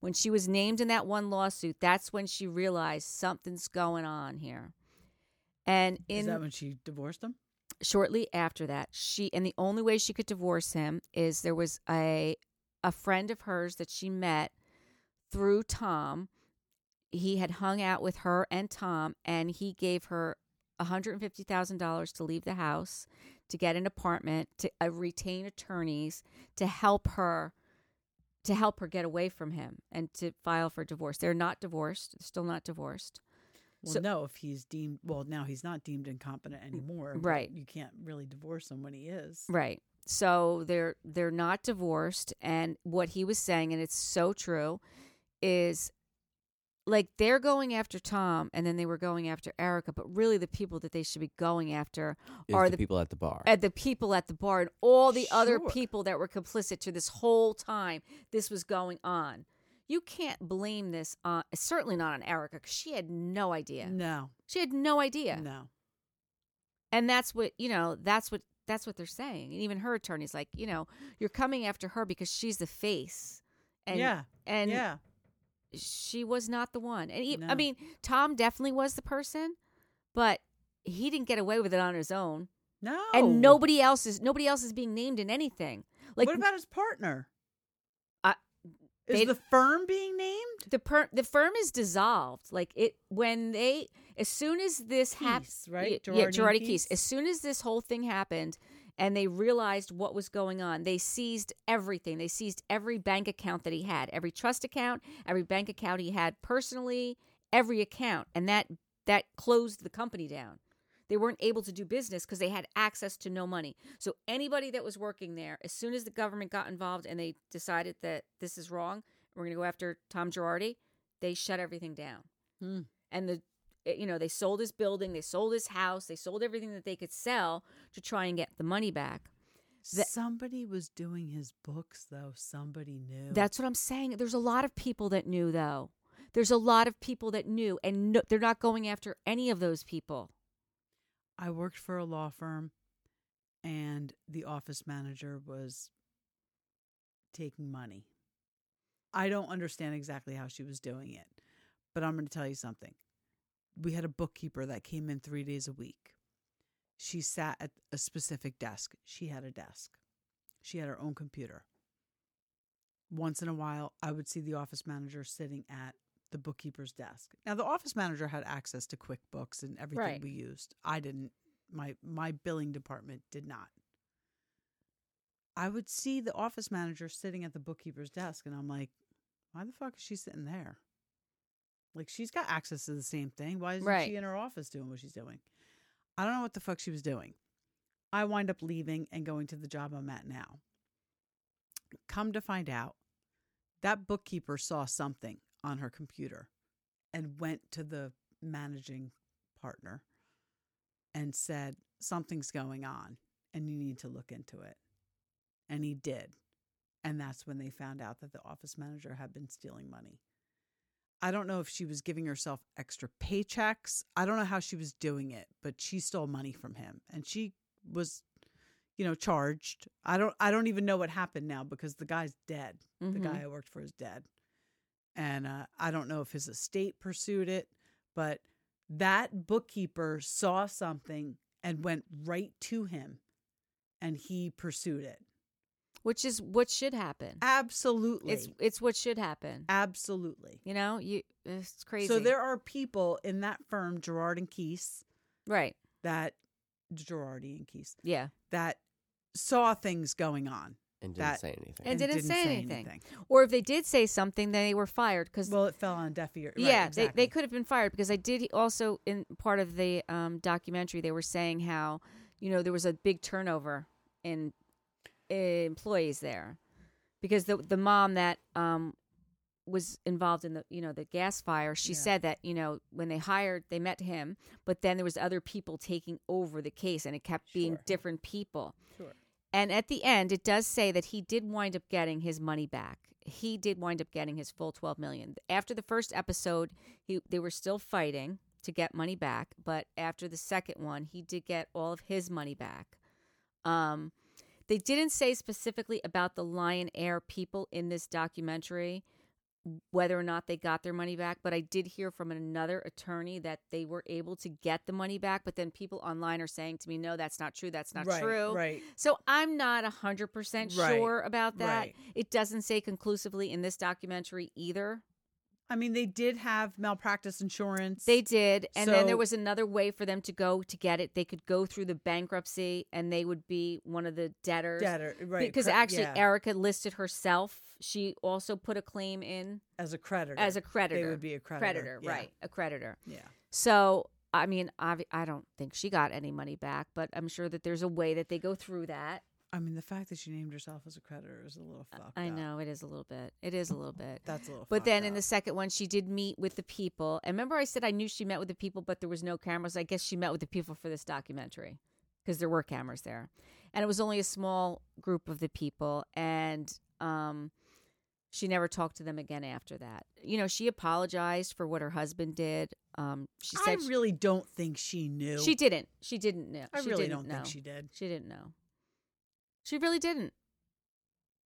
Speaker 1: When she was named in that one lawsuit, that's when she realized something's going on here. And in
Speaker 2: Is that when she divorced him?
Speaker 1: shortly after that, she and the only way she could divorce him is there was a a friend of hers that she met through Tom. He had hung out with her and Tom, and he gave her $150,000 to leave the house, to get an apartment, to uh, retain attorneys to help her to help her get away from him and to file for divorce. They're not divorced, they're still not divorced.
Speaker 2: Well,
Speaker 1: So-
Speaker 2: no. If he's deemed, well, now he's not deemed incompetent anymore. but
Speaker 1: Right.
Speaker 2: You can't really divorce him when he is.
Speaker 1: Right. So they're they're not divorced and what he was saying and it's so true is like they're going after Tom and then they were going after Erica, but really the people that they should be going after
Speaker 3: Is
Speaker 1: are
Speaker 3: the,
Speaker 1: the
Speaker 3: people at the bar.
Speaker 1: at the people at the bar and all the other
Speaker 2: Sure.
Speaker 1: people that were complicit to this whole time this was going on. You can't blame this on certainly not on Erica cuz she had no idea.
Speaker 2: No.
Speaker 1: She had no idea
Speaker 2: No.
Speaker 1: and that's what you know that's what that's what they're saying and even her attorney's like you know you're coming after her because she's the face and
Speaker 2: yeah.
Speaker 1: and
Speaker 2: yeah.
Speaker 1: she was not the one and he, i
Speaker 2: No.
Speaker 1: mean tom definitely was the person but he didn't get away with it on his own
Speaker 2: No.
Speaker 1: and nobody else is nobody else is being named in anything like
Speaker 2: what about his partner? Is
Speaker 1: They-
Speaker 2: the firm being named?
Speaker 1: the per- the firm is dissolved. Like it when they as soon as this happened,
Speaker 2: Keys, right?
Speaker 1: yeah,
Speaker 2: Girardi
Speaker 1: Girardi
Speaker 2: and
Speaker 1: Keys.
Speaker 2: Keys?
Speaker 1: As soon as this whole thing happened, and they realized what was going on, they seized everything. They seized every bank account that he had, every trust account, every bank account he had personally, every account, and that that closed the company down. They weren't able to do business because they had access to no money. So anybody that was working there, as soon as the government got involved and they decided that this is wrong, we're going to go after Tom Girardi, they shut everything down.
Speaker 2: Hmm.
Speaker 1: And the it- you know, they sold his building, they sold his house, they sold everything that they could sell to try and get the money back. the-
Speaker 2: Somebody was doing his books, though. Somebody knew.
Speaker 1: That's what I'm saying. There's a lot of people that knew though. There's a lot of people that knew and no, they're not going after any of those people.
Speaker 2: I worked for a law firm, and the office manager was taking money. I don't understand exactly how she was doing it, but I'm going to tell you something. We had a bookkeeper that came in three days a week. She sat at a specific desk. She had a desk, she had her own computer. Once in a while, I would see the office manager sitting at the bookkeeper's desk. Now, the office manager had access to QuickBooks and everything
Speaker 1: Right.
Speaker 2: we used. I didn't. My my billing department did not. I would see the office manager sitting at the bookkeeper's desk, and I'm like, why the fuck is she sitting there? Like, she's got access to the same thing. Why isn't
Speaker 1: Right.
Speaker 2: she in her office doing what she's doing? I don't know what the fuck she was doing. I wind up leaving and going to the job I'm at now. Come to find out, that bookkeeper saw something on her computer and went to the managing partner and said, Something's going on and you need to look into it. And he did. And that's when they found out that the office manager had been stealing money. I don't know if she was giving herself extra paychecks. I don't know how she was doing it, but she stole money from him and she was you know charged. I don't I don't even know what happened now because the guy's dead. The
Speaker 1: Mhm.
Speaker 2: guy I worked for is dead. And uh, I don't know if his estate pursued it, but that bookkeeper saw something and went right to him and he pursued it.
Speaker 1: Which is what should happen.
Speaker 2: Absolutely.
Speaker 1: It's it's what should happen.
Speaker 2: Absolutely.
Speaker 1: You know, you it's crazy.
Speaker 2: So there are people in that firm, Gerard and Keese,
Speaker 1: right.
Speaker 2: that Gerardi and Keese,
Speaker 1: Yeah.
Speaker 2: that saw things going on
Speaker 3: and didn't
Speaker 2: That-
Speaker 3: say anything.
Speaker 1: And didn't say anything.
Speaker 2: anything.
Speaker 1: Or if they did say something, then they were fired because
Speaker 2: Well, it fell on deaf ear. Right,
Speaker 1: yeah, they,
Speaker 2: exactly.
Speaker 1: they could have been fired because I did also in part of the um, documentary they were saying how you know there was a big turnover in, eh, employees there because the the mom that um, was involved in the you know the gas fire she
Speaker 2: Yeah.
Speaker 1: said that you know when they hired they met him but then there was other people taking over the case and it kept being
Speaker 2: Sure.
Speaker 1: different people
Speaker 2: Sure.
Speaker 1: and at the end, it does say that he did wind up getting his money back. He did wind up getting his full twelve million. After the first episode, he they were still fighting to get money back, but after the second one, he did get all of his money back. Um, they didn't say specifically about the Lion Air people in this documentary whether or not they got their money back, but I did hear from another attorney that they were able to get the money back. But then people online are saying to me, "No, that's not true. That's not
Speaker 2: right,
Speaker 1: true."
Speaker 2: Right.
Speaker 1: So I'm not 100%
Speaker 2: Right,
Speaker 1: sure about that.
Speaker 2: right.
Speaker 1: It doesn't say conclusively in this documentary either.
Speaker 2: I mean, they did have malpractice insurance.
Speaker 1: They did. And then there
Speaker 2: So-
Speaker 1: was another way for them to go to get it. They could go through the bankruptcy and they would be one of the debtors.
Speaker 2: debtor, right?
Speaker 1: Because
Speaker 2: cre-
Speaker 1: actually,
Speaker 2: yeah,
Speaker 1: Erica listed herself. She also put a claim in
Speaker 2: as a creditor,
Speaker 1: as a creditor.
Speaker 2: they would be a creditor,
Speaker 1: creditor,
Speaker 2: yeah,
Speaker 1: right? A creditor.
Speaker 2: Yeah.
Speaker 1: So, I mean, obvi- I don't think she got any money back, but I'm sure that there's a way that they go through that.
Speaker 2: I mean, the fact that she named herself as a creditor is a little fucked.
Speaker 1: I
Speaker 2: up.
Speaker 1: know it is a little bit. It is a little bit.
Speaker 2: That's a little.
Speaker 1: But
Speaker 2: fucked
Speaker 1: then in
Speaker 2: up.
Speaker 1: the second one, she did meet with the people. And remember, I said I knew she met with the people, but there was no cameras. I guess she met with the people for this documentary because there were cameras there, and it was only a small group of the people. And um, she never talked to them again after that. You know, she apologized for what her husband did. Um, she
Speaker 2: I
Speaker 1: said she-
Speaker 2: really don't think she knew.
Speaker 1: she didn't. She didn't know.
Speaker 2: I
Speaker 1: She
Speaker 2: really
Speaker 1: didn't
Speaker 2: don't
Speaker 1: know.
Speaker 2: think
Speaker 1: [laughs]
Speaker 2: she did.
Speaker 1: She didn't know. She really didn't.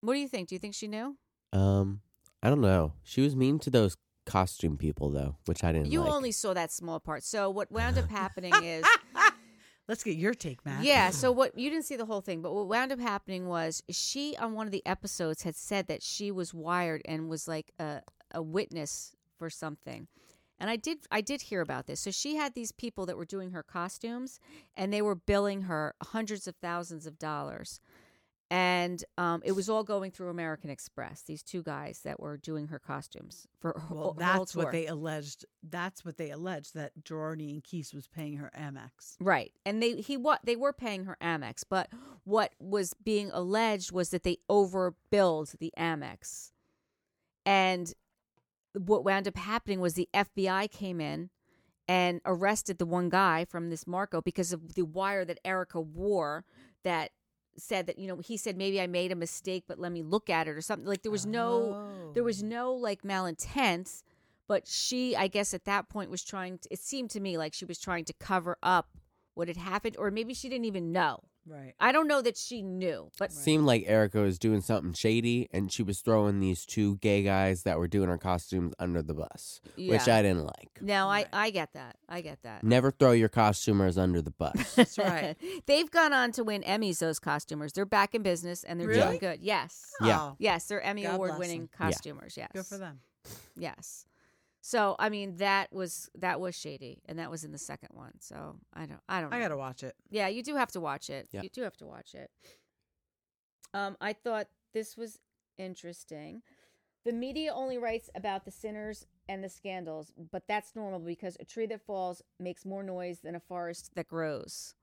Speaker 1: What do you think? Do you think she knew?
Speaker 3: Um, I don't know. She was mean to those costume people though, which I didn't.
Speaker 1: You
Speaker 3: like.
Speaker 1: only saw that small part. So what wound up happening is
Speaker 2: Let's get your take, Matt.
Speaker 1: Yeah. So what you didn't see the whole thing, but what wound up happening was she on one of the episodes had said that she was wired and was like a a witness for something. And I did I did hear about this. So she had these people that were doing her costumes and they were billing her hundreds of thousands of dollars. And um, it was all going through American Express. These two guys that were doing her costumes for her,
Speaker 2: Well,
Speaker 1: whole- her whole
Speaker 2: that's what
Speaker 1: tour.
Speaker 2: they alleged. That's what they alleged that Girardi and Keese was paying her Amex.
Speaker 1: Right. And they he what they were paying her Amex, but what was being alleged was that they overbilled the Amex. And what wound up happening was the FBI came in and arrested the one guy from this Marco because of the wire that Erica wore that said that you know he said maybe I made a mistake but let me look at it or something like there was
Speaker 2: Oh.
Speaker 1: no there was no like malintent but she i guess at that point was trying to it seemed to me like she was trying to cover up what had happened or maybe she didn't even know [laughs]
Speaker 2: right.
Speaker 1: i don't know that she knew but
Speaker 3: Seemed like Erica was doing something shady, and she was throwing these two gay guys that were doing her costumes under the bus, which
Speaker 1: Yeah.
Speaker 3: I Mm. didn't like.
Speaker 1: no i
Speaker 2: Right.
Speaker 1: i get that i get that
Speaker 3: Never throw your costumers under
Speaker 1: [laughs]
Speaker 3: the bus.
Speaker 2: That's right.
Speaker 3: [laughs]
Speaker 1: they've gone on to win emmys those costumers they're back in business and they're doing
Speaker 2: Really?
Speaker 1: good yes
Speaker 3: Yeah.
Speaker 2: Oh,
Speaker 1: yes they're emmy
Speaker 2: God bless
Speaker 1: award winning
Speaker 2: them.
Speaker 3: Yeah.
Speaker 1: costumers yes
Speaker 2: Good for them.
Speaker 1: Yes. So I mean that was that was shady, and that was in the second one. So I don't I don't. Know.
Speaker 2: I gotta watch it.
Speaker 1: Yeah, you do have to watch it.
Speaker 3: Yeah.
Speaker 1: You do have to watch it. Um, I thought this was interesting. The media only writes about the sinners and the scandals, but that's normal because a tree that falls makes more noise than a forest that grows.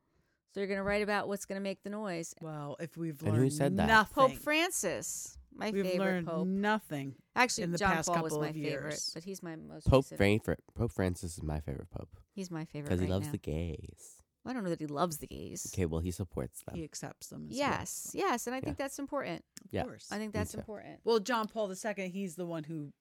Speaker 1: So you're going to write about what's going to make the noise.
Speaker 2: Well, if we've
Speaker 3: And
Speaker 2: learned
Speaker 3: who said that?
Speaker 2: nothing,
Speaker 1: Pope Francis, my
Speaker 2: we've
Speaker 1: favorite
Speaker 2: learned
Speaker 1: pope.
Speaker 2: nothing.
Speaker 1: Actually,
Speaker 2: in the
Speaker 1: John
Speaker 2: past
Speaker 1: Paul was
Speaker 2: couple
Speaker 1: my
Speaker 2: of
Speaker 1: favorite,
Speaker 2: years.
Speaker 1: but he's my most
Speaker 3: Pope,
Speaker 1: recent-
Speaker 3: Fra- pope Francis is my favorite pope
Speaker 1: He's my favorite
Speaker 3: because he
Speaker 1: right
Speaker 3: loves
Speaker 1: now.
Speaker 3: the gays.
Speaker 1: Well, I don't know that he loves the gays.
Speaker 3: Okay, well, he supports them.
Speaker 2: He accepts them. As
Speaker 1: Yes, yes, and I think that's important.
Speaker 2: well.
Speaker 3: Yeah.
Speaker 2: of course.
Speaker 1: I think that's
Speaker 3: too.
Speaker 1: important.
Speaker 2: well, John Paul II, he's the one who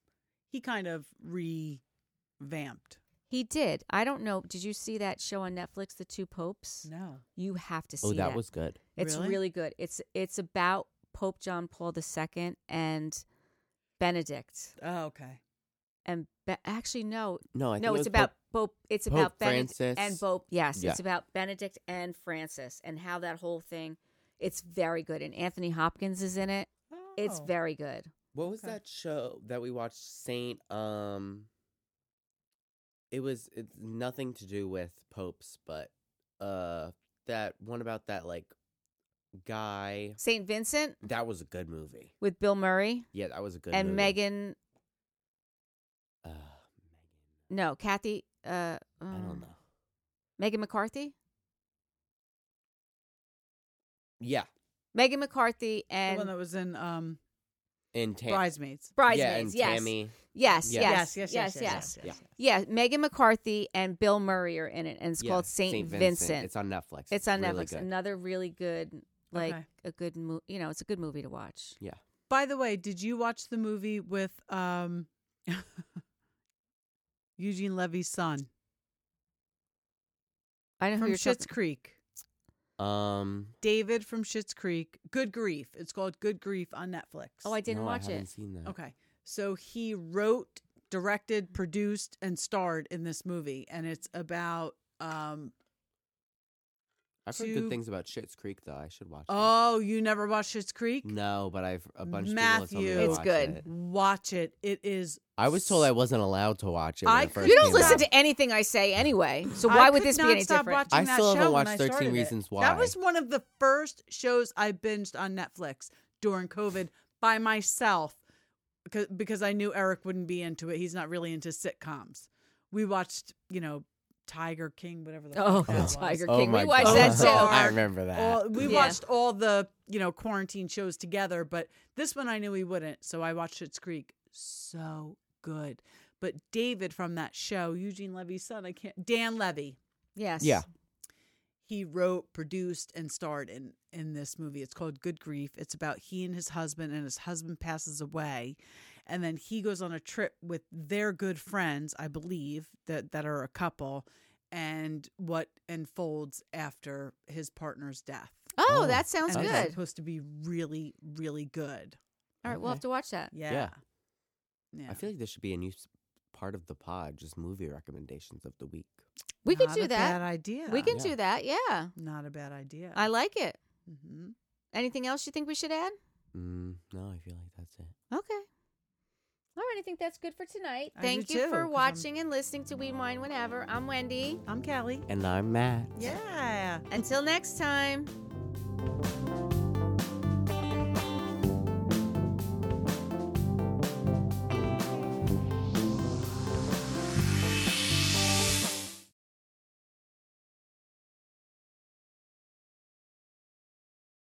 Speaker 2: he kind of revamped.
Speaker 1: He did. I don't know. Did you see that show on Netflix, The Two Popes?
Speaker 2: No,
Speaker 1: You have to see
Speaker 3: oh, that, was good.
Speaker 1: It's
Speaker 2: Really?
Speaker 1: really? good. It's it's about Pope John Paul II and Benedict.
Speaker 2: oh, okay,
Speaker 1: And Be- actually, no,
Speaker 3: No, I think
Speaker 1: no,
Speaker 3: it
Speaker 1: it's
Speaker 3: was
Speaker 1: about
Speaker 3: Pope-
Speaker 1: Pope. It's
Speaker 3: Pope
Speaker 1: about Benedict
Speaker 3: Francis.
Speaker 1: and Pope. Yes,
Speaker 3: Yeah.
Speaker 1: it's about Benedict and Francis and how that whole thing. It's very good, and Anthony Hopkins is in it. It's
Speaker 2: Oh.
Speaker 1: very good.
Speaker 3: What was
Speaker 2: Okay.
Speaker 3: that show that we watched? Saint. Um. It was it's nothing to do with popes, but uh, that one about that like guy.
Speaker 1: Saint Vincent
Speaker 3: That was a good movie.
Speaker 1: with Bill Murray
Speaker 3: Yeah, that was a good.
Speaker 1: and
Speaker 3: movie.
Speaker 1: Megan.
Speaker 3: Uh,
Speaker 1: No, Kathy. Uh,
Speaker 3: I
Speaker 1: um,
Speaker 3: don't know.
Speaker 1: Megan McCarthy.
Speaker 3: Yeah,
Speaker 1: Megan McCarthy
Speaker 2: the one
Speaker 1: and
Speaker 2: that was in um,
Speaker 3: and Tam-
Speaker 2: Bridesmaids.
Speaker 3: Yeah,
Speaker 1: Bridesmaids.
Speaker 3: and
Speaker 1: yes.
Speaker 3: Tammy.
Speaker 1: yes.
Speaker 3: Yes.
Speaker 1: Yes. Yes. Yes. Yes.
Speaker 3: yes,
Speaker 1: Yeah, Megan McCarthy and Bill Murray are in it, and it's
Speaker 3: Yeah,
Speaker 1: called Saint, Vincent.
Speaker 3: It's on Netflix.
Speaker 1: It's on
Speaker 3: really
Speaker 1: Netflix.
Speaker 3: good.
Speaker 1: Another really good, like
Speaker 2: Okay.
Speaker 1: a good movie. You know, it's a good movie to watch.
Speaker 2: By the way, did you watch the movie with um, [laughs] Eugene Levy's son
Speaker 1: I know who
Speaker 2: from
Speaker 1: you're
Speaker 2: Schitt's
Speaker 1: talking.
Speaker 2: Creek?
Speaker 3: Um.
Speaker 2: David from Schitt's Creek. Good Grief. It's called Good Grief on Netflix.
Speaker 1: Oh, I didn't
Speaker 3: no,
Speaker 1: watch
Speaker 3: I haven't
Speaker 1: it.
Speaker 3: Seen that.
Speaker 2: Okay. So he wrote, directed, produced, and starred in this movie, and it's about um.
Speaker 3: I've heard
Speaker 2: Two-
Speaker 3: good things about Shit's Creek though. I should watch. that.
Speaker 2: Oh, you never watched Schitt's Creek?
Speaker 3: No, but I've a bunch of people
Speaker 2: Matthew.
Speaker 3: have told me to
Speaker 1: It's
Speaker 3: watch
Speaker 1: good.
Speaker 3: it.
Speaker 2: Watch it. It is.
Speaker 3: I was told I wasn't allowed to watch it. When
Speaker 2: I
Speaker 3: it
Speaker 2: could
Speaker 3: first
Speaker 1: You don't
Speaker 3: came
Speaker 1: listen
Speaker 3: out.
Speaker 1: to anything I say anyway, so
Speaker 2: I
Speaker 1: why would
Speaker 2: could
Speaker 1: this be
Speaker 2: not
Speaker 1: any
Speaker 2: stop
Speaker 1: different?
Speaker 2: Watching
Speaker 3: I
Speaker 2: that
Speaker 3: still haven't
Speaker 2: show when
Speaker 3: watched
Speaker 2: I
Speaker 3: 13
Speaker 2: started it.
Speaker 3: Reasons Why.
Speaker 2: That was one of the first shows I binged on Netflix during COVID by myself because because I knew Eric wouldn't be into it. He's not really into sitcoms. We watched, you know, Tiger King, whatever the
Speaker 1: Oh,
Speaker 2: fuck that was.
Speaker 1: [laughs] Tiger
Speaker 3: Oh
Speaker 1: King.
Speaker 3: my
Speaker 1: we watched
Speaker 3: God.
Speaker 1: that
Speaker 2: Oh,
Speaker 1: too.
Speaker 3: [laughs] I
Speaker 2: Sorry.
Speaker 3: remember that.
Speaker 2: All, we
Speaker 1: Yeah.
Speaker 2: watched all the you know quarantine shows together, but this one I knew we wouldn't, so I watched Schitt's Creek. So good, but David from that show, Eugene Levy's son, I can't. Dan Levy,
Speaker 1: Yes.
Speaker 3: Yeah.
Speaker 2: he wrote, produced, and starred in in this movie. It's called Good Grief. It's about he and his husband, and his husband passes away, and then he goes on a trip with their good friends, I believe that that are a couple, and what unfolds after his partner's death.
Speaker 1: Oh,
Speaker 3: Oh,
Speaker 1: that sounds
Speaker 2: And It's
Speaker 1: good.
Speaker 2: supposed to be really, really good.
Speaker 1: All right, we'll have to watch that.
Speaker 2: Yeah.
Speaker 3: Yeah.
Speaker 2: Yeah.
Speaker 3: I feel like there should be a new s- part of the pod, just movie recommendations of the week.
Speaker 1: We could
Speaker 2: Not
Speaker 1: do
Speaker 2: a
Speaker 1: that.
Speaker 2: Bad idea.
Speaker 1: We can
Speaker 3: Yeah.
Speaker 1: do that. Yeah.
Speaker 2: Not a bad idea.
Speaker 1: I like it.
Speaker 2: hmm
Speaker 1: Anything else you think we should add?
Speaker 3: Mm, no, I feel like that's it.
Speaker 1: Okay. All right, I think that's good for tonight.
Speaker 2: I do
Speaker 1: Thank you
Speaker 2: too, 'cause
Speaker 1: for
Speaker 2: I'm-
Speaker 1: watching and listening to We Wine Whenever. I'm Wendy.
Speaker 2: I'm Callie.
Speaker 3: And I'm Matt.
Speaker 2: Yeah.
Speaker 1: Until next time.